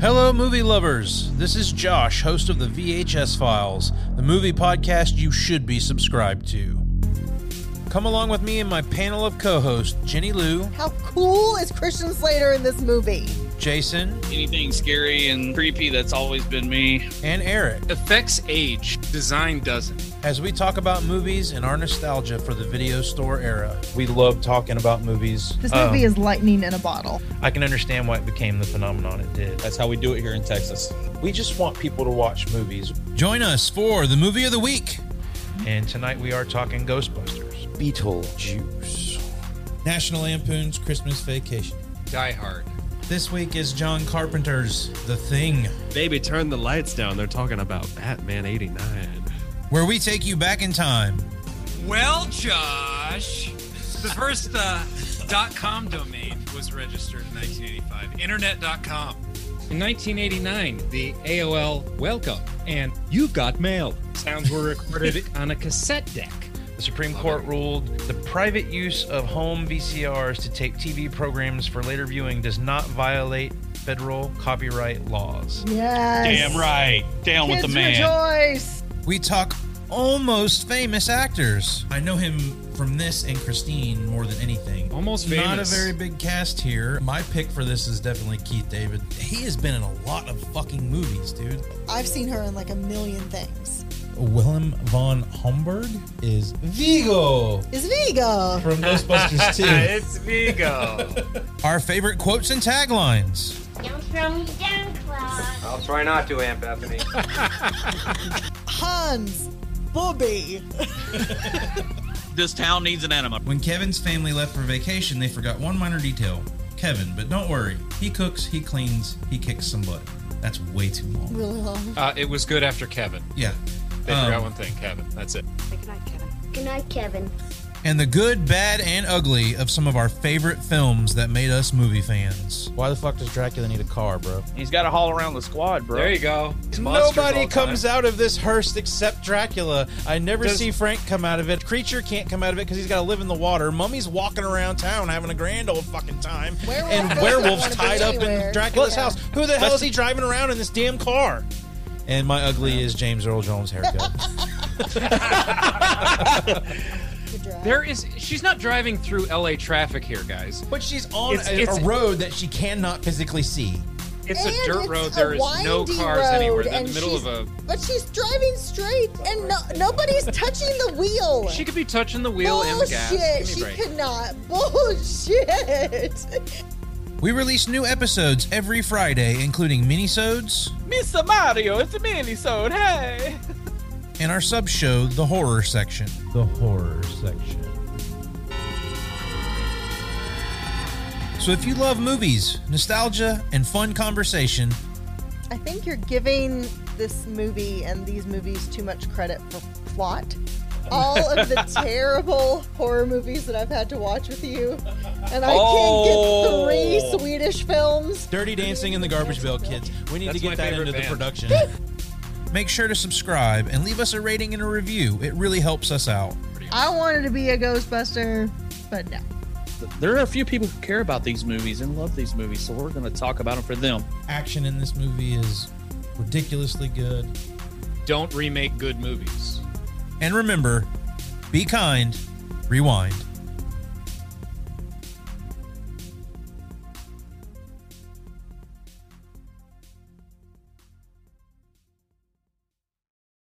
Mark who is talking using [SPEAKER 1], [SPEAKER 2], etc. [SPEAKER 1] Hello, movie lovers. This is Josh, host of the VHS Files, the movie podcast you should be subscribed to. Come along with me and my panel of co hosts, Jenny Lou,
[SPEAKER 2] How cool is Christian Slater in this movie?
[SPEAKER 1] Jason,
[SPEAKER 3] anything scary and creepy that's always been me.
[SPEAKER 1] and Eric,
[SPEAKER 4] Effects age, design doesn't.
[SPEAKER 1] as we talk about movies and our nostalgia for the video store era. We love talking about movies.
[SPEAKER 2] This
[SPEAKER 4] Oh.
[SPEAKER 1] Um,
[SPEAKER 2] movie is lightning in a bottle.
[SPEAKER 1] I can understand why it became the phenomenon it did.
[SPEAKER 5] That's how we do it here in Texas.
[SPEAKER 1] We just want people to watch movies. Join us for the movie of the week. And tonight we are talking Ghostbusters, Beetlejuice, National Lampoon's Christmas Vacation.
[SPEAKER 4] Die Hard.
[SPEAKER 1] This week is John Carpenter's The Thing,
[SPEAKER 6] Baby, turn the lights down. They're talking about Batman 89.
[SPEAKER 1] where we take you back in time.
[SPEAKER 4] Well, Josh, the first uh, .com domain was registered in 1985. Internet.com. In 1989, the AOL Welcome and You Got Mail sounds were recorded on a cassette deck.
[SPEAKER 1] The Supreme Court ruled the private use of home VCRs to tape TV programs for later viewing does not violate federal copyright laws.
[SPEAKER 2] Yes.
[SPEAKER 3] Damn right. Down
[SPEAKER 2] Kids
[SPEAKER 3] with the man.
[SPEAKER 2] rejoice.
[SPEAKER 1] We talk almost famous actors. I know him from this and Christine more than anything.
[SPEAKER 4] Almost
[SPEAKER 1] Not a
[SPEAKER 4] famous.
[SPEAKER 1] very big cast here. My pick for this is definitely Keith David. He has been in a lot of fucking movies, dude.
[SPEAKER 2] I've seen her in like a million things.
[SPEAKER 1] Willem von Homburg is Vigo
[SPEAKER 2] Is Vigo.
[SPEAKER 1] from Ghostbusters 2.
[SPEAKER 4] Vigo.
[SPEAKER 1] Our favorite quotes and taglines.
[SPEAKER 7] Don't throw me down, Claus.
[SPEAKER 8] I'll try not to, Aunt Bethany.
[SPEAKER 2] Hans. Bobby.
[SPEAKER 3] This town needs an enema.
[SPEAKER 1] When Kevin's family left for vacation, they forgot one minor detail. Kevin, but don't worry. He cooks, he cleans, he kicks some butt. That's way too long.
[SPEAKER 2] Really long.
[SPEAKER 4] uh, it was good after Kevin.
[SPEAKER 1] Yeah.
[SPEAKER 4] They
[SPEAKER 1] Um,
[SPEAKER 4] forgot one thing, Kevin. That's it.
[SPEAKER 7] Good night, Kevin.
[SPEAKER 1] and the good, bad, and ugly of some of our favorite films that made us movie fans. Why the fuck does Dracula need a car, bro?
[SPEAKER 5] He's got to haul around the squad, bro.
[SPEAKER 4] There you go.
[SPEAKER 1] Nobody comes out of this hearse except Dracula. I never
[SPEAKER 4] Does-
[SPEAKER 1] see Frank come out of it. Creature can't come out of it because he's got to live in the water. Mummy's walking around town having a grand old fucking time.
[SPEAKER 2] Werewolf
[SPEAKER 1] and
[SPEAKER 2] doesn't
[SPEAKER 1] werewolves
[SPEAKER 2] wanna be
[SPEAKER 1] tied up in
[SPEAKER 2] anywhere.
[SPEAKER 1] Dracula's
[SPEAKER 2] Yeah.
[SPEAKER 1] house. Who the hell is he driving around in this damn car? And my ugly is James Earl Jones' haircut.
[SPEAKER 2] Good drive.
[SPEAKER 4] There is. She's not driving through LA traffic here, guys.
[SPEAKER 1] but she's on
[SPEAKER 4] It's-
[SPEAKER 1] a,
[SPEAKER 4] it's-
[SPEAKER 1] a road that she cannot physically see.
[SPEAKER 4] It's
[SPEAKER 2] And
[SPEAKER 4] a dirt
[SPEAKER 2] it's
[SPEAKER 4] road.
[SPEAKER 2] a
[SPEAKER 4] There is no
[SPEAKER 2] windy
[SPEAKER 4] cars
[SPEAKER 2] road,
[SPEAKER 4] anywhere. They're in
[SPEAKER 2] and
[SPEAKER 4] the middle of
[SPEAKER 2] she's-
[SPEAKER 4] a.
[SPEAKER 2] But she's driving straight and no, nobody's touching the wheel.
[SPEAKER 4] She could be touching the wheel and the
[SPEAKER 2] Bullshit.
[SPEAKER 4] gas. Give me a
[SPEAKER 2] she
[SPEAKER 4] break.
[SPEAKER 2] could not. Bullshit.
[SPEAKER 1] We release new episodes every Friday, including minisodes
[SPEAKER 5] Mr. Mario, it's a mini sode. Hey.
[SPEAKER 1] and our sub show, The Horror Section. The Horror Section. So if you love movies, nostalgia, and fun conversation,
[SPEAKER 2] I think you're giving this movie and these movies too much credit for plot. All of the terrible horror movies that I've had to watch with you, and I
[SPEAKER 5] Oh.
[SPEAKER 2] can't get three Swedish films.
[SPEAKER 1] Dirty Dancing and the Garbage Bill Kids. We need
[SPEAKER 4] That's
[SPEAKER 1] to get
[SPEAKER 4] my
[SPEAKER 1] that
[SPEAKER 4] favorite
[SPEAKER 1] into the
[SPEAKER 4] band.
[SPEAKER 1] production. Make sure to subscribe and leave us a rating and a review. It really helps us out.
[SPEAKER 2] I wanted to be a Ghostbuster, but no.
[SPEAKER 3] There are a few people who care about these movies and love these movies, so we're going to talk about them for them.
[SPEAKER 1] Action in this movie is ridiculously good.
[SPEAKER 4] Don't remake good movies.
[SPEAKER 1] And remember, be kind, rewind.